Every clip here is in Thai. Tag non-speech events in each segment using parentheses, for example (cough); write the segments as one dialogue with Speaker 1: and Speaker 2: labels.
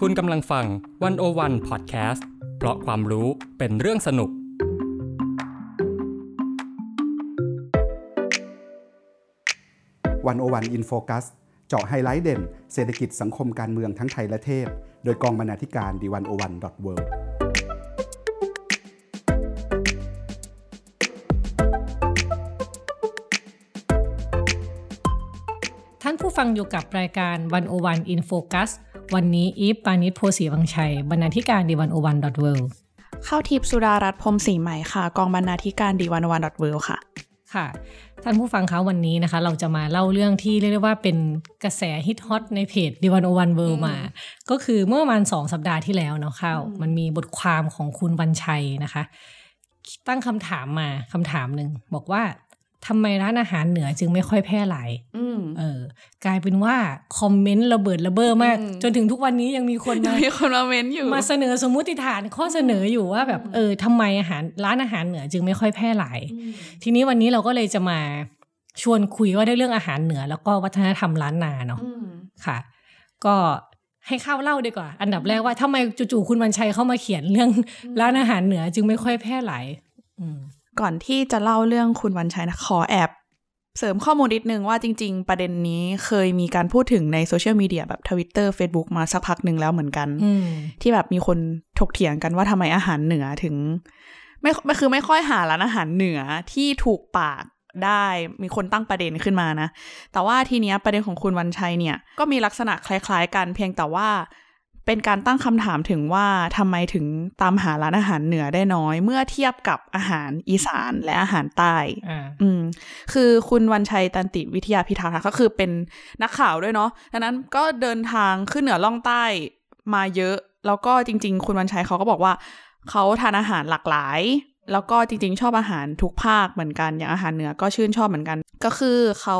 Speaker 1: คุณกำลังฟังวันโอวันพอดแคสต์เพราะความรู้เป็นเรื่องสนุก
Speaker 2: วันโอวันอินโฟกัสเจาะไฮไลท์เด่น เศรษฐกิจสังคมการเมืองทั้งไทยและเทศ โดยกองบรรณาธิการดีวันโอวันดอทเว
Speaker 3: ท่านผู้ฟังอยู่กับรายการวันโอวันอินโฟกัสวันนี้อีฟปานิชโพสีวังชัย บรรณาธิการดีวันโอวันดอทเว
Speaker 4: เข้าทิปสุดารัตน์พรหมศรีใหม่ค่ะ กองบรรณาธิการดีวันวันดอทเวค่ะ
Speaker 3: ค่ะ ท่านผู้ฟังคะวันนี้นะคะ เราจะมาเล่าเรื่องที่เรียกได้ว่าเป็นกระแสฮิตฮอตในเพจดีวันโอวันเวมา ก็คือเมื่อประมาณสองสัปดาห์ที่แล้วเนาะข้าว
Speaker 4: อืม
Speaker 3: มันมีบทความของคุณวันชัยนะคะ ตั้งคำถามมาคำถามหนึ่งบอกว่าทำไมร้านอาหารเหนือจึงไม่ค่อยแพร่หลาย
Speaker 4: อืม
Speaker 3: เออกลายเป็นว่าคอมเมนต์ระเบิดระเบ้อมาก
Speaker 4: อืม
Speaker 3: จนถึงทุกวันนี้ยังมีคนมา
Speaker 4: มีคนมาเม้นอยู่
Speaker 3: มาเสนอสมมุติฐานข้อเสนออยู่ว่าแบบ
Speaker 4: อืม
Speaker 3: เออทำไมอาหารร้านอาหารเหนือจึงไม่ค่อยแพร่หลาย
Speaker 4: อืม
Speaker 3: ทีนี้วันนี้เราก็เลยจะมาชวนคุยว่าด้วยเรื่องอาหารเหนือ แล้วก็วัฒนธรรมล้านนาเนาะ
Speaker 4: อืม
Speaker 3: ค่ะ ก็ให้เข้าวเล่าดีกว่า อันดับแรกว่าทำไมจู่ๆคุณวันชัยเข้ามาเขียนเรื่องร้านอาหารเหนือจึงไม่ค่อยแพร่หลายอืม
Speaker 4: ก่อนที่จะเล่าเรื่องคุณวันชัยนะ ขอแอบ เสริมข้อมูลนิดนึงว่าจริง ๆ ประเด็นนี้เคยมีการพูดถึงในโซเชียลมีเดียแบบทวิตเตอร์ Facebook มาสักพักหนึ่งแล้วเหมือนกัน
Speaker 3: อืม
Speaker 4: ที่แบบมีคนถกเถียงกันว่าทำไมอาหารเหนือถึง ไม่ไม่คือไม่ค่อยหาร้านอาหารเหนือที่ถูกปากได้มีคนตั้งประเด็นขึ้นมานะ แต่ว่าทีเนี้ยประเด็นของคุณวันชัยเนี่ย ก็มีลักษณะคล้าย ๆ กันเพียงแต่ว่าเป็นการตั้งคำถามถึงว่าทำไมถึงตามหาร้านอาหารเหนือได้น้อย เมื่อเทียบกับอาหารอีสานและอาหารใต้
Speaker 3: อ่า
Speaker 4: อืมคือคุณวันชัยตันติวิทยาพิทักษ์นะคะก็คือเป็นนักข่าวด้วยเนาะดังนั้นก็เดินทางขึ้นเหนือล่องใต้มาเยอะ แล้วก็จริง ๆ คุณวันชัยเขาก็บอกว่า เขาทานอาหารหลากหลาย แล้วก็จริง ๆ ชอบอาหารทุกภาคเหมือนกัน อย่างอาหารเหนือก็ชื่นชอบเหมือนกัน ก็คือเขา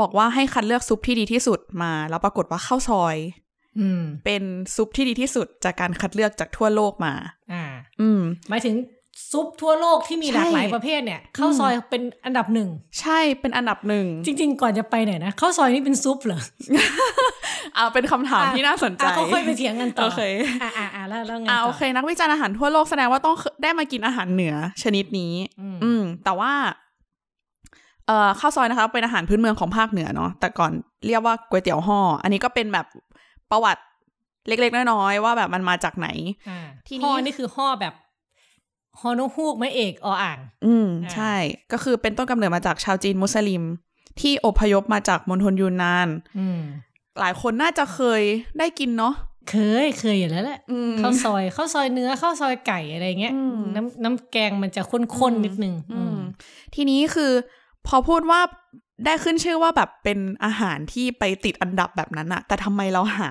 Speaker 4: บอกว่าให้คัดเลือกซุปที่ดีที่สุดมา แล้วปรากฏว่าข้าวซอย
Speaker 3: อืม
Speaker 4: เป็นซุปที่ดีที่สุดจากการคัดเลือกจากทั่วโลกมา
Speaker 3: อ่า
Speaker 4: อืม
Speaker 3: หมายถึงซุปทั่วโลกที่มีหลากหลาย
Speaker 4: ใช่
Speaker 3: ประเภทเนี่ยข้าวซอยเป็นอันดับหนึ่ง
Speaker 4: ใช่เป็นอันดับหนึ่ง
Speaker 3: จริงๆ ก่อนจะไปไหนนะข้าวซอยนี่เป็นซุปเหรอ
Speaker 4: อ่าเป็นคำถามที่น่าสนใจ
Speaker 3: อ่ะเขาค่อยไปเถียงกันต่อ
Speaker 4: โอเค
Speaker 3: อ่ะอ่ะอ่ะแล้วแล้วไง
Speaker 4: อ่า
Speaker 3: ต่
Speaker 4: โอเคนักวิจารณ์อาหารทั่วโลกแสดงว่าต้องเคได้มากินอาหารเหนือชนิดนี้
Speaker 3: อืม
Speaker 4: อืม แต่ว่า เอ่อข้าวซอยนะคะ เป็นอาหารพื้นเมืองของภาคเหนือเนาะแต่ก่อนเรียกว่าก๋วยเตี๋ยวห่ออันนี้ก็เป็นแบบประวัติเล็กๆน้อยๆว่าแบบมันมาจากไหน
Speaker 3: อ่า
Speaker 4: ทีนี้
Speaker 3: ห่อนี่คือห่อแบบฮอนกฮูกไม่เอกออ่าง
Speaker 4: อืม
Speaker 3: อ่า
Speaker 4: ใช่ ก็คือเป็นต้นกำเนิดมาจากชาวจีนมุสลิม ที่อพยพมาจากมณฑลยูนนาน
Speaker 3: อืม
Speaker 4: หลายคนน่าจะเคยได้กินเนาะ
Speaker 3: เคยเคยอยู่แล้วแหละ
Speaker 4: อืม
Speaker 3: ข้าวซอยข้าวซอยเนื้อข้าวซอยไก่อะไรเงี้ย
Speaker 4: อืม
Speaker 3: น้ำน้ำแกงมันจะข้นๆนิดนึง
Speaker 4: อื
Speaker 3: อื
Speaker 4: ม
Speaker 3: ม
Speaker 4: ทีนี้คือพอพูดว่าได้ขึ้นชื่อว่าแบบเป็นอาหารที่ไปติดอันดับแบบนั้นอะแต่ทำไมเราหา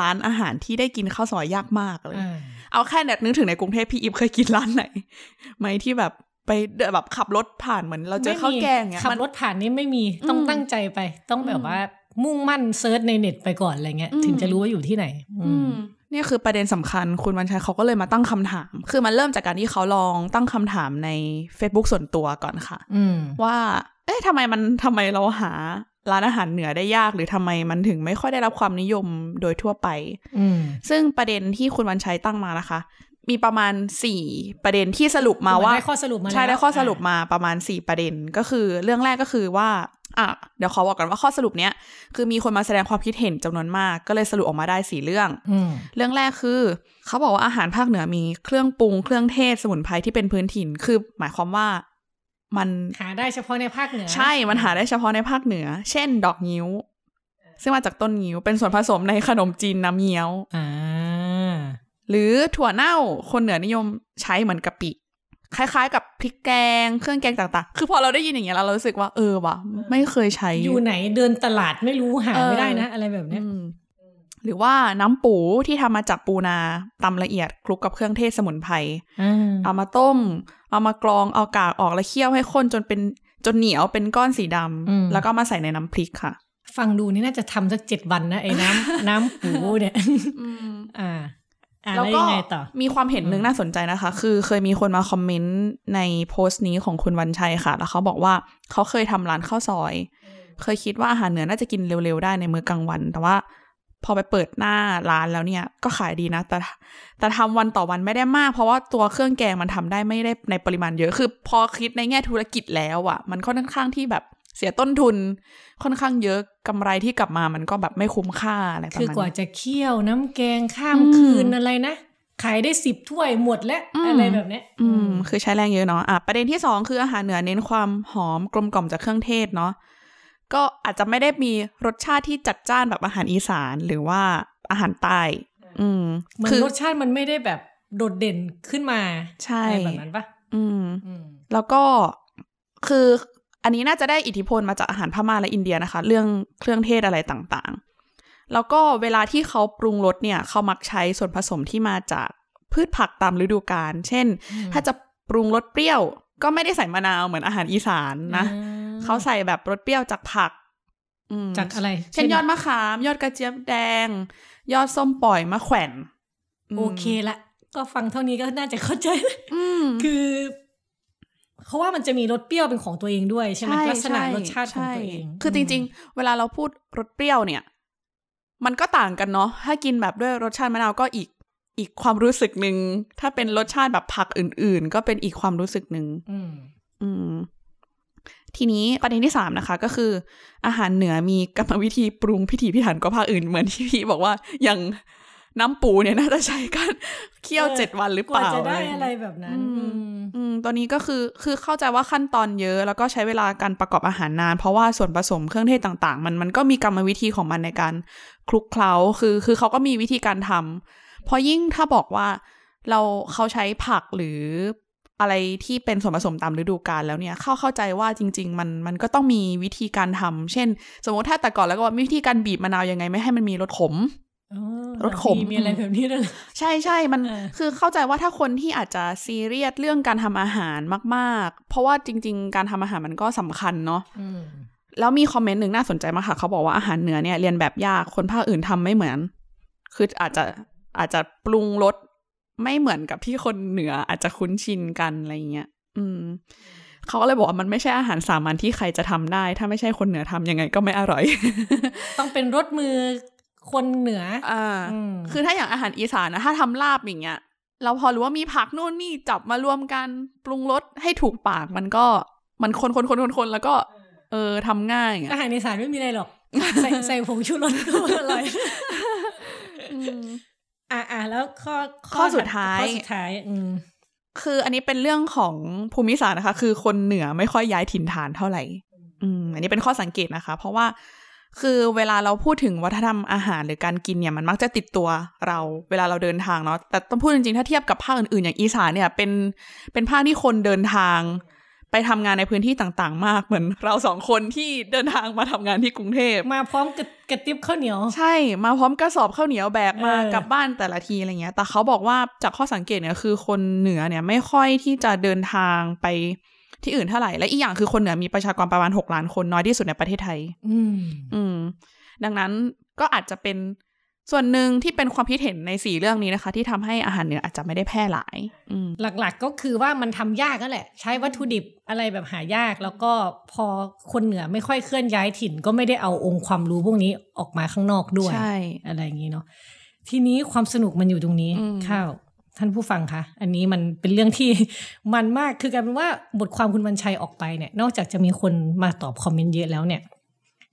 Speaker 4: ร้านอาหารที่ได้กินข้าวซอยยากมากเลย
Speaker 3: อ่า
Speaker 4: เอาแค่แบบนึกถึงในกรุงเทพพี่อิฟเคยกินร้านไหนไหมที่แบบไปเดินแบบขับรถผ่านเหมือนเราเจอข้าวแกง
Speaker 3: ไม่มี
Speaker 4: เงี้ย
Speaker 3: ขับ
Speaker 4: มัน
Speaker 3: รถผ่านนี่ไม่มีต้อง
Speaker 4: อืม
Speaker 3: ตั้งใจไป ต้องแบ
Speaker 4: อื
Speaker 3: บ
Speaker 4: ม
Speaker 3: ว่ามุ่งมั่นเซิร์ชในเน็ตไปก่อนอะไรเงี้ย
Speaker 4: อืม
Speaker 3: ถึงจะรู้ว่าอยู่ที่ไหน อื
Speaker 4: อื
Speaker 3: ม
Speaker 4: มเนี่ยคือประเด็นสำคัญคุณวันชัยเขาก็เลยมาตั้งคำถาม คือมันเริ่มจากการที่เขาลองตั้งคำถามใน Facebook ส่วนตัวก่อนค่ะ
Speaker 3: อืม
Speaker 4: ว่า เอ๊ะทำไมมันทำไมเราหาร้านอาหารเหนือได้ยาก หรือทำไมมันถึงไม่ค่อยได้รับความนิยมโดยทั่วไป
Speaker 3: อืม
Speaker 4: ซึ่งประเด็นที่คุณวันชัยตั้งมานะคะ มีประมาณสี่ประเด็นที่สรุปมาว่า
Speaker 3: เหมือนได้ข้อสรุปมาแล้ว
Speaker 4: ใช่ได้ข้อสรุป
Speaker 3: อ่ะ
Speaker 4: มาประมาณสี่ประเด็นก็คือ เรื่องแรกก็คือว่าอ่ะเดี๋ยวขอบอกก่อนว่าข้อสรุปเนี้ยคือมีคนมาแสดงความคิดเห็นจำนวนมาก ก็เลยสรุปออกมาได้สี่เรื่อง
Speaker 3: อืม
Speaker 4: เรื่องแรกคือ เขาบอกว่าอาหารภาคเหนือมีเครื่องปรุงเครื่องเทศสมุนไพรที่เป็นพื้นถิ่น คือ หมายความว่ามัน
Speaker 3: หาได้เฉพาะในภาคเหนือ
Speaker 4: ใช่ มันหาได้เฉพาะในภาคเหนือ เช่น ดอกงิ้ว ซึ่งมาจากต้นงิ้ว เป็นส่วนผสมในขนมจีนน้ำเงี้ยว
Speaker 3: อ่า
Speaker 4: หรือถั่วเน่า คนเหนือนิยมใช้เหมือนกะปิ คล้ายๆ กับพริกแกง เครื่องแกงต่างๆ คือพอเราได้ยินอย่างเงี้ยแล้วเรารู้สึกว่า เออว่ะ ไม่เคยใช้
Speaker 3: อยู่ไหนเดินตลาดไม่รู้หา
Speaker 4: เออ
Speaker 3: ไม่ได้นะ อะไรแบบเนี้ย
Speaker 4: อืมหรือว่าน้ำปูที่ทำมาจากปูนาตำละเอียดคลุกกับเครื่องเทศสมุนไพร
Speaker 3: อ่า
Speaker 4: เอามาต้ม เอามากรอง เอากากออกแล้วเคี่ยวให้ข้นจนเป็นจนเหนียวเป็นก้อนสีดำ แล้วก็มาใส่ในน้ำพริกค่ะ
Speaker 3: ฟังดูนี่น่าจะทำสักเจ็ดวันนะ ไอ้น้ำ น้ำปูเนี่ย อ่าอ่า
Speaker 4: แล้
Speaker 3: แล้ว ว
Speaker 4: ก็
Speaker 3: ยังไงต่อ
Speaker 4: มีความเห็นหนึ่
Speaker 3: อื
Speaker 4: ง
Speaker 3: ม
Speaker 4: น่าสนใจนะคะ คือเคยมีคนมาคอมเมนต์ในโพสต์นี้ของคุณวันชัยค่ะ แล้วเขาบอกว่าเขาเคยทำร้านข้าวซอย เคยคิดว่าอาหารเหนือน่าจะกินเร็วๆได้ในมื้อกลางวัน แต่ว่า พอไปเปิดหน้าร้านแล้วเนี่ยก็ขายดีนะ แต่แต่ทำวันต่อวันไม่ได้มาก เพราะว่าตัวเครื่องแกงมันทำได้ไม่ได้ในปริมาณเยอะคือ พอคิดในแง่ธุรกิจแล้วอะ่ะ มันค่อนข้างที่แบบเสียต้นทุน ค่อนข้างเยอะกำไรที่กลับมามันก็แบบไม่คุ้มค่าอะไรประมาณ
Speaker 3: คือกว่า
Speaker 4: นี้
Speaker 3: จะเคี่ยวน้ำแกงข้าม
Speaker 4: อืม
Speaker 3: คืนอะไรนะ ขายได้สิบถ้วยหมดแล้ว
Speaker 4: อืม
Speaker 3: อะไรแบบเนี้ย
Speaker 4: อืม คือใช้แรงเยอะเนาะ อ่ะ ประเด็นที่สองคืออาหารเหนือเน้นความหอมกลมกล่อมจากเครื่องเทศเนาะ ก็อาจจะไม่ได้มีรสชาติที่จัดจ้านแบบอาหารอีสานหรือว่าอาหารใต้ อืม
Speaker 3: มัน
Speaker 4: คือ
Speaker 3: รสชาติมันไม่ได้แบบโดดเด่นขึ้นมา
Speaker 4: ใช่
Speaker 3: อะไรแบบนั้นปะ
Speaker 4: อืม
Speaker 3: อืม
Speaker 4: แล้วก็คืออันนี้น่าจะได้อิทธิพลมาจากอาหารพม่าและอินเดียนะคะ เรื่องเครื่องเทศอะไรต่างๆ แล้วก็เวลาที่เขาปรุงรสเนี่ย เขามักใช้ส่วนผสมที่มาจากพืชผักตามฤดูกาลเช่น
Speaker 3: อืม
Speaker 4: ถ้าจะปรุงรสเปรี้ยว ก็ไม่ได้ใส่มะนาวเหมือนอาหารอีสานนะ
Speaker 3: อืม
Speaker 4: เขาใส่แบบรสเปรี้ยวจากผักอืม
Speaker 3: จากอะไร
Speaker 4: เช่นยอดมะขาม ยอดกระเจี๊ยบแดง ยอดส้มปล่อยมะแขวนม
Speaker 3: โอเคละ ก็ฟังเท่านี้ก็น่าจะเข้าใจ
Speaker 4: อืม
Speaker 3: คือเขาว่ามันจะมีรสเปรี้ยวเป็นของตัวเองด้วยใช่ไหมลักษณะรสชาติของตัวเอง
Speaker 4: ใช่คือจริง ๆ เวลาเราพูดรสเปรี้ยวเนี่ย มันก็ต่างกันเนาะ ถ้ากินแบบด้วยรสชาติมะนาวก็อีกอีกความรู้สึกหนึ่ง ถ้าเป็นรสชาติแบบผักอื่น ๆ ก็เป็นอีกความรู้สึกหนึ่ง
Speaker 3: อืม
Speaker 4: อืม ทีนี้ประเด็นที่สามนะคะ ก็คือ อาหารเหนือมีกรรมวิธีปรุงพิถีพิถันกว่าภาคอื่นเหมือนที่พี่บอกว่าอย่างน้ำปูเนี่ยน่าจะใช้การเคี่ยว
Speaker 3: เออ
Speaker 4: เจ็ดวันหรือก เป
Speaker 3: ว่า
Speaker 4: ล่า
Speaker 3: จะได้อะ
Speaker 4: ย่างเงี้ย
Speaker 3: ไรแบบนั้น
Speaker 4: อืม
Speaker 3: อืม
Speaker 4: อืม ตัวนี้ก็คือ คือเข้าใจว่าขั้นตอนเยอะ แล้วก็ใช้เวลาการประกอบอาหารนาน เพราะว่าส่วนผสมเครื่องเทศต่างๆ มันมันก็มีกรรมวิธีของมันในการคลุกเคล้า คือ คือเขาก็มีวิธีการทำเพราะยิ่งถ้าบอกว่าเราเขาใช้ผักหรืออะไรที่เป็นส่วนผสมตามฤดูกาลแล้วเนี่ย เข้าเข้าใจว่าจริง ๆ มันมันก็ต้องมีวิธีการทำเช่น สมมติถ้าแต่ก่อนแล้วก็ว่ามีวิธีการบีบมะนาวยังไงไม่ให้มันมีรสขม
Speaker 3: อ๋อ
Speaker 4: รสขม
Speaker 3: มีอะไรแบบนี้ด้วยเหรอ
Speaker 4: ใช่ใช่ มัน
Speaker 3: เออ
Speaker 4: คือเข้าใจว่าถ้าคนที่อาจจะซีเรียสเรื่องการทำอาหารมากๆ เพราะว่าจริง ๆ การทำอาหารมันก็สำคัญเนาะ
Speaker 3: อืม
Speaker 4: แล้วมีคอมเมนต์หนึ่งน่าสนใจมากค่ะ เขาบอกว่าอาหารเหนือเนี่ยเรียนแบบยาก คนภาคอื่นทำไม่เหมือน คืออาจจะอาจจะปรุงรสไม่เหมือนกับที่คนเหนืออาจจะคุ้นชินกันอะไรอย่างเงี้ย อืม เขาก็เลยบอกว่ามันไม่ใช่อาหารสามัญที่ใครจะทำได้ ถ้าไม่ใช่คนเหนือทำยังไงก็ไม่อร่อย (laughs)
Speaker 3: ต้องเป็นรสมือคนเหนือ
Speaker 4: อ่า
Speaker 3: อืม
Speaker 4: คือถ้าอย่างอาหารอีสานนะถ้าทำลาบอย่างเงี้ย เราพอรู้ว่ามีผักนู่นนี่จับมารวมกันปรุงรสให้ถูกปากมันก็มันคนคนคนคนคนแล้วก็ เออทำง่าย
Speaker 3: อา
Speaker 4: อ่ะ
Speaker 3: หารอีสานไม่มีอะไรหรอก
Speaker 4: (laughs)
Speaker 3: ใส่ใส่ผงชูรสก็อร่อย
Speaker 4: อืม
Speaker 3: อ่ะอ่ะแล้วข้อ
Speaker 4: ข้อสุดท้าย
Speaker 3: ข้อสุดท้าย อืม
Speaker 4: คืออันนี้เป็นเรื่องของภูมิศาสตร์นะคะ คือคนเหนือไม่ค่อยย้ายถิ่นฐานเท่าไหร่ อืม อันนี้เป็นข้อสังเกตนะคะ เพราะว่าคือเวลาเราพูดถึงวัฒนธรรมอาหารหรือการกินเนี่ยมันมักจะติดตัวเราเวลาเราเดินทางเนาะแต่ต้องพูดจริงๆ ถ้าเทียบกับภาคอื่นๆ อย่างอีสานเนี่ยเป็นเป็นภาคที่คนเดินทาง ไปทำงานในพื้นที่ต่างๆ มากเหมือนเราสองคนที่เดินทางมาทำงานที่กรุงเทพ
Speaker 3: มาพร้อมกับกระติบข้าวเหนียว
Speaker 4: (laughs) ใช่มาพร้อมกระสอบข้าวเหนียวแบกมา
Speaker 3: เออ
Speaker 4: กลับบ้านแต่ละทีอะไรเงี้ย แต่เขาบอกว่าจากข้อสังเกตเนี่ยคือคนเหนือเนี่ยไม่ค่อยที่จะเดินทางไปที่อื่นเท่าไหร่ และอีกอย่างคือคนเหนือมีประชากรประมาณ 6 ล้านคนน้อยที่สุดในประเทศไทย
Speaker 3: อืม
Speaker 4: อืม ดังนั้นก็อาจจะเป็นส่วนหนึ่งที่เป็นความคิดเห็นในสี่เรื่องนี้นะคะ ที่ทำให้อาหารเหนืออาจจะไม่ได้แพร่หลาย อืม
Speaker 3: หลักๆก็คือว่ามันทำยากนั่นแหละ ใช้วัตถุดิบอะไรแบบหายาก แล้วก็พอคนเหนือไม่ค่อยเคลื่อนย้ายถิ่น ก็ไม่ได้เอาองค์ความรู้พวกนี้ออกมาข้างนอกด้วย
Speaker 4: ใช่
Speaker 3: อะไรอย่างนี้เนาะทีนี้ความสนุกมันอยู่ตรงนี้
Speaker 4: อืม
Speaker 3: ข้าวท่านผู้ฟังคะอันนี้มันเป็นเรื่อง (laughs) ที่ มันมากคือกลายเป็นว่าบทความคุณวันชัยออกไปเนี่ย นอกจากจะมีคนมาตอบคอมเมนต์เยอะแล้วเนี่ย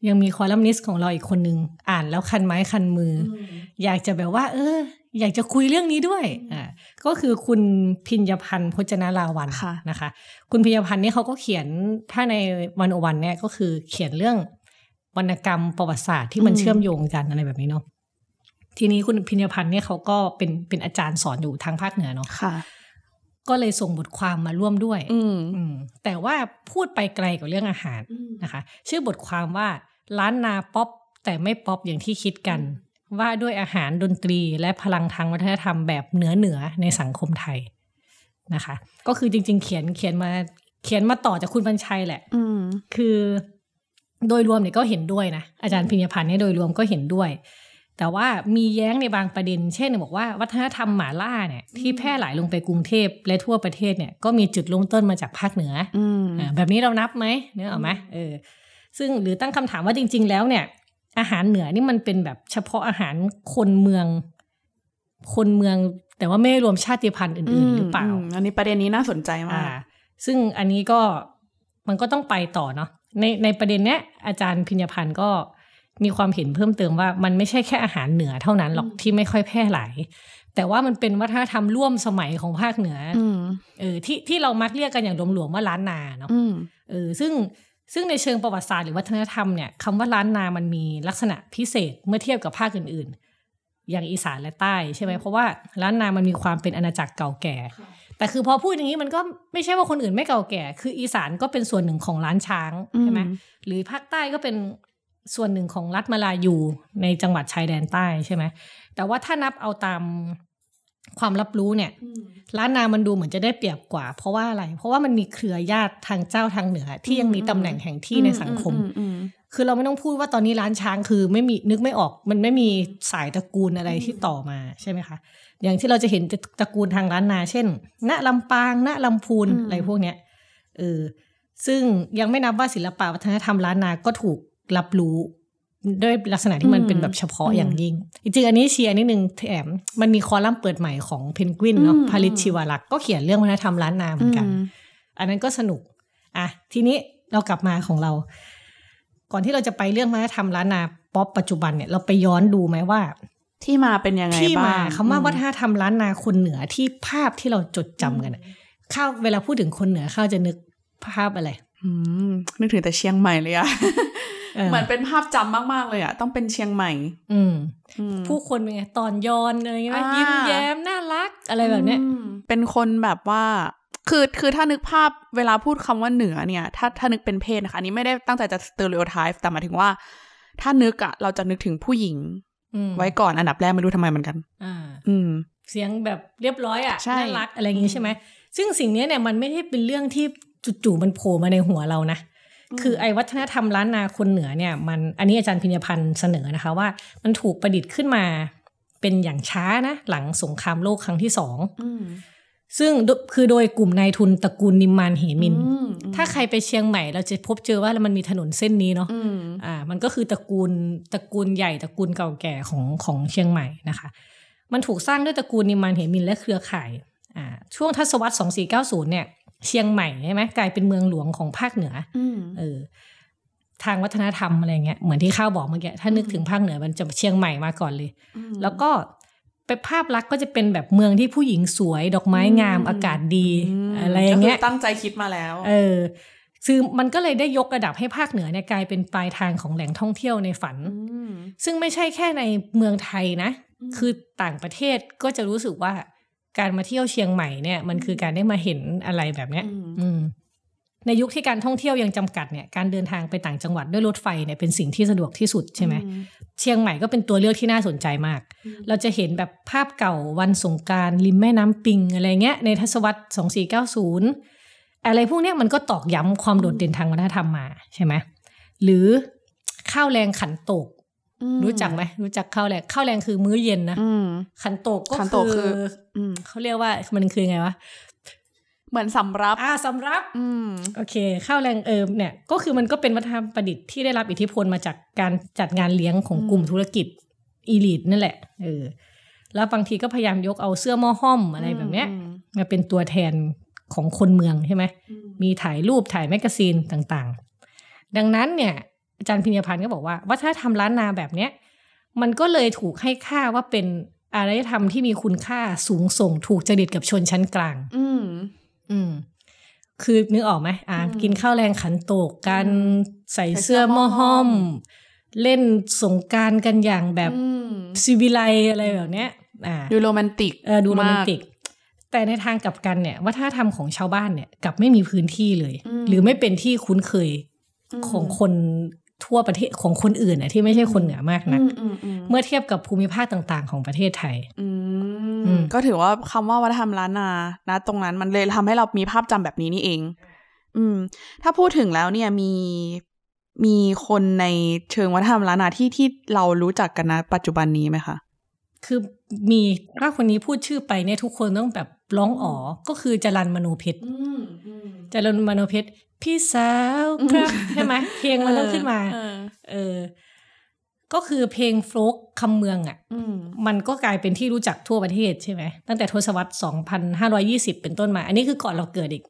Speaker 3: ยังมีคอลัมนิสต์ของเราอีกคนนึงอ่านแล้วคันไม้คันมือออยากจะแบบว่า เออ อยากจะคุยเรื่องนี้ด้วยอ่าก็คือคุณพิญญพันธ์พจนาราวัน
Speaker 4: ค่ะ
Speaker 3: นะคะ คุณพิญญพันธ์เนี่ยเขาก็เขียนถ้าในวันอวันเนี่ยก็คือเขียนเรื่องวรรณกรรมประวัติศาสตร์ที่มัน
Speaker 4: อืม
Speaker 3: เชื่อมโยงกันอะไรแบบนี้เนาะ ทีนี้คุณพิญญพันธ์เนี่ยเขาก็เป็นเป็นอาจารย์สอนอยู่ทางภาคเหนือเนาะ
Speaker 4: ค่ะ
Speaker 3: ก็เลยส่งบทความมาร่วมด้วย
Speaker 4: อืม
Speaker 3: อืมแต่ว่าพูดไปไกลกว่าเรื่องอาหารนะคะ ชื่อบทความว่าร้านนาป๊อปแต่ไม่ป๊อปอย่างที่คิดกัน ว่าด้วยอาหารดนตรีและพลังทางวัฒนธรรมแบบเหนือเหนือในสังคมไทยนะคะ ก็คือจริง ๆ เขียนเขียนมาเขียนมาต่อจากคุณบรรชัยแหละ
Speaker 4: อืม
Speaker 3: คือโดยรวมเนี่ยก็เห็นด้วยนะอาจารย์พิญญพันธ์เนี่ยโดยรวมก็เห็นด้วย แต่ว่ามีแย้งในบางประเด็น เช่นบอกว่าวัฒนธรรมหมาล่าเนี่ยที่แพร่หลายลงไปกรุงเทพและทั่วประเทศเนี่ยก็มีจุดเริ่มต้นมาจากภาคเหนือ
Speaker 4: อืม
Speaker 3: อ่าแบบนี้เรานับไหมเนื้อออกไหมเออซึ่งหรือตั้งคำถามว่าจริง ๆ แล้วเนี่ย อาหารเหนือนี่มันเป็นแบบเฉพาะอาหารคนเมือง คนเมือง แต่ว่าไม่ได้รวมชาติพันธุ์อื่นๆหรือเปล่า
Speaker 4: มมอันนี้ประเด็นนี้น่าสนใจมา
Speaker 3: อ่าก ซึ่งอันนี้ก็มันก็ต้องไปต่อเนาะในในประเด็นเนี้ยอาจารย์พิญญพันธ์ก็มีความเห็นเพิ่มเติมว่ามันไม่ใช่แค่อาหารเหนือเท่านั้นหรอกที่ไม่ค่อยแพร่หลาย แต่ว่ามันเป็นวัฒนธรรมร่วมสมัยของภาคเหนืออ
Speaker 4: อืม
Speaker 3: เออที่ที่เรามักเรียกกันอย่างหลวมๆว่าล้านนาเนาะ
Speaker 4: อืม
Speaker 3: เออซึ่งซึ่งในเชิงประวัติศาสตร์หรือวัฒนธรรมเนี่ยคำว่าล้านนามันมีลักษณะพิเศษเมื่อเทียบกับภาคอื่นๆ อย่างอีสานและใต้ใช่ไหมเพราะว่าล้านนามันมีความเป็นอาณาจักรเก่าแก่ แต่คือพอพูดอย่างนี้มันก็ไม่ใช่ว่าคนอื่นไม่เก่าแก่ คืออีสานก็เป็นส่วนหนึ่งของล้านช้างใช่ไหมหรือภาคใต้ก็เป็นส่วนหนึ่งของรัฐมาลายูในจังหวัดชายแดนใต้ใช่ไหมแต่ว่าถ้านับเอาตามความรับรู้เนี่ยล้านนามันดูเหมือนจะได้เปรียบกว่า เพราะว่าอะไร เพราะว่ามันมีเครือญาติทางเจ้าทางเหนือ ที่ยังมีตำแหน่งแห่งที่ในสังคม
Speaker 4: อือือืม
Speaker 3: คือเราไม่ต้องพูดว่าตอนนี้ร้านช้างคือไม่มีนึกไม่ออกมันไม่มีสายตระกูลอะไรที่ต่อมาใช่ไหมคะ อย่างที่เราจะเห็นตระกูลทางร้านนา เช่น ณลำปาง ณลำพูนอะไรพวกเนี้ยเออซึ่งยังไม่นับว่าศิลปะวัฒนธรรมล้านนาก็ถูกรับรู้ ด้วยลักษณะที่มันเป็นแบบเฉพาะอย่างยิ่งจริงๆอันนี้เชียร์นิดนึงแถมมันมีคอลัมน์เปิดใหม่ของเพนกวินเนาะพาริชชิวารักษ์ก็เขียนเรื่องวัฒนธรรมล้านนาเหมือนกัน อันนั้นก็สนุก อ่ะ ทีนี้เรากลับมาของเรา ก่อนที่เราจะไปเรื่องวัฒนธรรมล้านนาป๊อปปัจจุบันเนี่ยเราไปย้อนดูไหมว่า
Speaker 4: ที่มาเป็นยังไง
Speaker 3: ที่
Speaker 4: บ้
Speaker 3: มาง คำว่าวัฒนธรรมล้านนาคนเหนือที่ภาพที่เราจดจำกันอะข้าวเวลาพูดถึงคนเหนือข้าวจะนึกภาพอะไร
Speaker 4: อืมนึกถึงแต่เชียงใหม่เลยอะ
Speaker 3: เออ
Speaker 4: เหมือนเป็นภาพจำมาก ๆ เลยอะต้องเป็นเชียงใหม่
Speaker 3: อืม
Speaker 4: อืม
Speaker 3: ผู้คนเป็นไงตอนย้อนอะไรเงี้ย
Speaker 4: อ่ายิ้
Speaker 3: ยิ้มแย้มน่ารักอะไรแบบเนี้ย
Speaker 4: อืมเป็นคนแบบว่า คือคือถ้านึกภาพเวลาพูดคำว่าเหนือเนี่ย ถ้าถ้านึกเป็นเพศนะคะอันนี้ไม่ได้ตั้งใจจะสเตอริโอไทป์แต่หมายถึงว่า ถ้านึกอะเราจะนึกถึงผู้หญิง
Speaker 3: อืม
Speaker 4: ไว้ก่อนอันดับแรกไม่รู้ทำไมเหมือนกัน
Speaker 3: อ่า
Speaker 4: อืม
Speaker 3: เสียงแบบเรียบร้อยอ่ะ
Speaker 4: ใช่
Speaker 3: น่ารักอะไรอย่างงี้ใช่ไหมซึ่งสิ่งเนี้ยเนี่ยมันไม่ได้เป็นเรื่องที่จู่ๆมันโผล่มาในหัวเรานะ คือไอ้วัฒนธรรมล้านนาคนเหนือเนี่ยมันอันนี้อาจารย์พิญญพันธ์เสนอนะคะว่า มันถูกประดิษฐ์ขึ้นมาเป็นอย่างช้านะ หลังสงครามโลกครั้งที่สอง
Speaker 4: อืม
Speaker 3: ซึ่งโดคือโดยกลุ่มนายทุนตระกูลนิมมานเหมิน
Speaker 4: อืม
Speaker 3: ถ้าใครไปเชียงใหม่เราจะพบเจอว่ามันมีถนนเส้นนี้เนาะ
Speaker 4: อืม
Speaker 3: อ่ามันก็คือตระกูลตระกูลใหญ่ตระกูลเก่าแก่ของของเชียงใหม่นะคะ มันถูกสร้างด้วยตระกูลนิมมานเหมินและเครือข่ายอ่าช่วงทศวรรษ 2490 เนี่ย เชียงใหม่ใช่ไหมกลายเป็นเมืองหลวงของภาคเหนือ
Speaker 4: อืม
Speaker 3: เออทางวัฒนธรรมอะไรเงี้ยเหมือนที่ข้าวบอกเมื่อกี้ถ้านึกถึงภาคเหนือมันจะเชียงใหม่มาก่อนเลย แล้วก็เป็นภาพลักษณ์ก็จะเป็นแบบเมืองที่ผู้หญิงสวยดอกไม้งาม
Speaker 4: อืม
Speaker 3: อากาศดีอะไรอย่างเงี้ย
Speaker 4: ก็คืตั้งใจคิดมาแล้ว
Speaker 3: เออคือมันก็เลยได้ยกระดับให้ภาคเหนือเนี่ยกลายเป็นปลายทางของแหล่งท่องเที่ยวในฝัน
Speaker 4: ม
Speaker 3: ซึ่งไม่ใช่แค่ในเมืองไทยนะ คือต่างประเทศก็จะรู้สึกว่าการมาเที่ยวเชียงใหม่เนี่ย มันคือการได้มาเห็นอะไรแบบเนี้ย
Speaker 4: อืม
Speaker 3: อืม ในยุคที่การท่องเที่ยวยังจำกัดเนี่ย การเดินทางไปต่างจังหวัดด้วยรถไฟเนี่ยเป็นสิ่งที่สะดวกที่สุดใช่ไหม เชียงใหม่ก็เป็นตัวเลือกที่น่าสนใจมาก
Speaker 4: อืม
Speaker 3: เราจะเห็นแบบภาพเก่าวันสงกรารริมแม่น้ำปิงอะไรเงี้ย ในทศวรรษ 2490 อะไรพวกเนี้ยมันก็ตอกย้ำความโดดเด่นทางวัฒนธรรมมาใช่ไหม หรือข้าวแรงขันโตก
Speaker 4: อืม
Speaker 3: รู้จักไหม รู้จักข้าวแรงข้าวแรงคือมื้อเย็นนะ
Speaker 4: อืม
Speaker 3: ขันโตกก็
Speaker 4: ขันโตกคื
Speaker 3: คือ
Speaker 4: อ อืม
Speaker 3: เขาเรียกว่ามันคือไงวะ
Speaker 4: เหมือนสำรับ
Speaker 3: อ่าสำรับ
Speaker 4: อืม
Speaker 3: โอเคข้าวแรงเอิมเนี่ยก็คือมันก็เป็นวัฒนธรรมประดิษฐ์ที่ได้รับอิทธิพลมาจากการจัดงานเลี้ยงของ
Speaker 4: อืม
Speaker 3: กลุ่มธุรกิจอีลิทนั่นแหละเออแล้วบางทีก็พยายามยกเอาเสื้อหม้อห้อมอะไรแบบเนี้ย
Speaker 4: อืม
Speaker 3: มาเป็นตัวแทนของคนเมืองใช่ไหม
Speaker 4: อืม
Speaker 3: มีถ่ายรูปถ่ายแมกกาซีนต่างๆ ดังนั้นเนี่ย อาจารย์พิญญพันธ์ก็บอกว่า วัฒนธรรมล้านนาแบบเนี้ยมันก็เลยถูกให้ค่าว่าเป็นอารยธรรมที่มีคุณค่าสูงส่งถูกจริตกับชนชั้นกลาง
Speaker 4: อืม
Speaker 3: อืม คือนึกออกไหมอ่า
Speaker 4: อืม
Speaker 3: กินข้าวแรงขันโตกกัน
Speaker 4: อืม
Speaker 3: ใส่
Speaker 4: ใส่เสื้
Speaker 3: เสื้อ
Speaker 4: อ
Speaker 3: หม้อ
Speaker 4: หม้อห้
Speaker 3: ห้อ
Speaker 4: อ
Speaker 3: ม
Speaker 4: ม
Speaker 3: เล่นสงกรารกันอย่างแบบ
Speaker 4: อืม
Speaker 3: ซีวิไลอะไรแบบเนี้ย อ่า
Speaker 4: ดูโรแมนติก
Speaker 3: เออดูโรแมนติ
Speaker 4: าก
Speaker 3: ก แต่ในทางกลับกันเนี่ย วัฒนธรรมของชาวบ้านเนี่ยกลับไม่มีพื้นที่เลย
Speaker 4: อืม
Speaker 3: หรือไม่เป็นที่คุ้นเคย
Speaker 4: ม
Speaker 3: ของคนทั่วประเทศของคนอื่นน่ะที่ไม่ใช่คนเหนือมาก
Speaker 4: อื
Speaker 3: นัก
Speaker 4: มอืมอืม
Speaker 3: เมื่อเทียบกับภูมิภาคต่างๆ ของประเทศไทย
Speaker 4: อื
Speaker 3: อื
Speaker 4: ม
Speaker 3: ม
Speaker 4: ก็ถือว่าคำว่าวัฒนธรรมล้านนานะตรงนั้นมันเลยทำให้เรามีภาพจำแบบนี้นี่เอง อืม ถ้าพูดถึงแล้วเนี่ยมีมีคนในเชิงวัฒนธรรมล้านนาที่ที่เรารู้จักกันนะปัจจุบันนี้ไหมคะ
Speaker 3: คือมีถ้าคนนี้พูดชื่อไปเนี่ยทุกคนต้องแบบร้องอ๋อก็คือจรันมโนเพชร
Speaker 4: อืมอืม
Speaker 3: จรนมโนเพชรพี่สาวครับ
Speaker 4: อืม
Speaker 3: ใช่ไหมเพลงมันต้องขึ้นมา
Speaker 4: เออ
Speaker 3: เออ ก็คือเพลงโฟลกคำเมืองอ่ะ
Speaker 4: อืม
Speaker 3: มันก็กลายเป็นที่รู้จักทั่วประเทศใช่ไหม ตั้งแต่ทศวรรษ 2520 เป็นต้นมา อันนี้คือก่อนเราเกิดอีก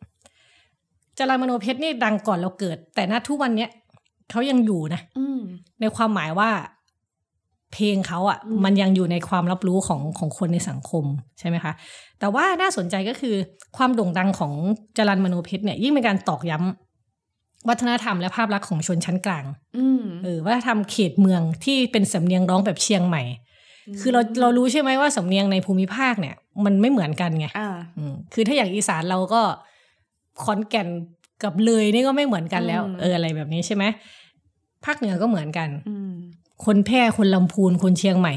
Speaker 3: จารามโนเพชรนี่ดังก่อนเราเกิด แต่ณทุกวันเนี้ยเขายังอยู่นะ
Speaker 4: อืม
Speaker 3: ในความหมายว่าเพลงเขาอะ่ะ
Speaker 4: อืม
Speaker 3: มันยังอยู่ในความรับรู้ของของคนในสังคมใช่ไหมคะ แต่ว่าน่าสนใจก็คือความโด่งดังของจรันมโนเพชรเนี่ย ยิ่งเป็นการตอกย้ำวัฒนธรรมและภาพลักษณ์ของชนชั้นกลาง
Speaker 4: อืม
Speaker 3: เออวัฒนธรรมเขตเมืองที่เป็นสำเนียงร้องแบบเชียงใหม่ คือเราเรารู้ใช่ไหมว่าสำเนียงในภูมิภาคเนี่ย มันไม่เหมือนกันไง
Speaker 4: อ่า
Speaker 3: อืมคือถ้าอย่างอีสานเราก็ขอนแก่นกับเลยนี่ก็ไม่เหมือนกันแล้ว
Speaker 4: อืม
Speaker 3: เอออะไรแบบนี้ใช่ไหมภาคเหนือก็เหมือนกัน
Speaker 4: อืม
Speaker 3: คนแพร่คนลำพูนคนเชียงใหม่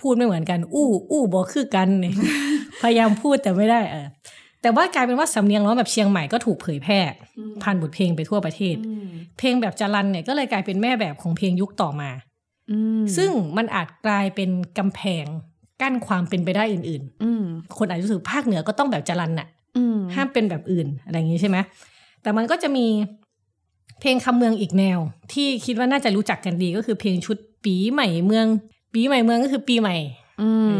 Speaker 3: พูดไม่เหมือนกัน อู้ อู้บอกคือกัน (laughs) เนี่ย พยายามพูดแต่ไม่ได้เออแต่ว่ากลายเป็นว่าสำเนียงร้องแบบเชียงใหม่ก็ถูกเผยแพร่
Speaker 4: อืม
Speaker 3: ผ่านบทเพลงไปทั่วประเทศ
Speaker 4: อืม
Speaker 3: เพลงแบบจรันเนี่ยก็เลยกลายเป็นแม่แบบของเพลงยุคต่อมา
Speaker 4: อืม
Speaker 3: ซึ่งมันอาจกลายเป็นกำแพงกั้นความเป็นไปได้อื่น
Speaker 4: อืม
Speaker 3: ๆ คนอาจจะรู้สึกภาคเหนือก็ต้องแบบจรันน่ะ
Speaker 4: อืม
Speaker 3: ห้ามเป็นแบบอื่นอะไรอย่างนี้ใช่ไหม แต่มันก็จะมีเพลงคำเมืองอีกแนว ที่คิดว่าน่าจะรู้จักกันดีก็คือเพลงชุดปีใหม่เมือง ปีใหม่เมืองก็คือปีใหม่
Speaker 4: อืม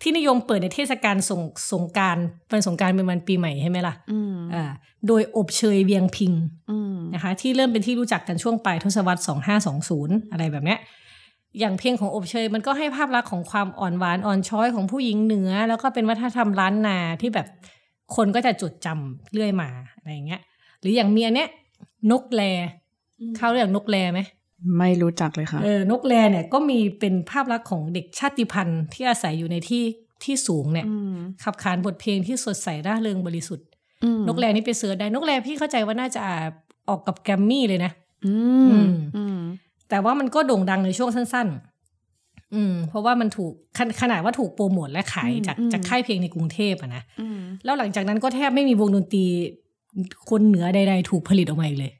Speaker 3: ที่นิยมเปิดในเทศกาลสงสงกรารเป็นสงกรารเป็นวันปีใหม่ใช่ไหมล่ะ
Speaker 4: อืม
Speaker 3: อ่าโดยอบเชยเวียงพิง
Speaker 4: อืม
Speaker 3: นะคะ ที่เริ่มเป็นที่รู้จักกันช่วงปลายทศวรรษ 2520 อะไรแบบเนี้ยอย่างเพลงของอบเชยมันก็ให้ภาพลักษณ์ของความอ่อนหวานอ่อนช้อยของผู้หญิงเหนือ แล้วก็เป็นวัฒนธรรมล้านนาที่แบบคนก็จะจดจำเรื่อยมาอะไรอย่างเงี้ย หรืออย่างเมียเนี้ยนกแลเข้าเรื่องนกแลไหม
Speaker 4: ไม่รู้จักเลยค่ะ
Speaker 3: เออนกแลเนี่ยก็มีเป็นภาพลักษณ์ของเด็กชาติพันธุ์ที่อาศัยอยู่ในที่ที่สูงเนี่ย
Speaker 4: อืม
Speaker 3: ขับขานบทเพลงที่สดใสร่าเริงบริสุทธิ์
Speaker 4: อืม
Speaker 3: นกแลนี่ไปเสิร์ชได้นกแลพี่เข้าใจว่าน่าจะออกกับแกรมมี่เลยนะ
Speaker 4: อื
Speaker 3: อื
Speaker 4: ม
Speaker 3: ม
Speaker 4: อืม
Speaker 3: แต่ว่ามันก็โด่งดังในช่วงสั้น ๆ อืม เพราะว่ามันถูกขนขนาดว่าถูกโปรโมทและขายจากจากค่ายเพลงในกรุงเทพอะนะ
Speaker 4: อืม
Speaker 3: แล้วหลังจากนั้นก็แทบไม่มีวงดนตรีคนเหนือใด ๆ ถูกผลิตออกมาอีกเลย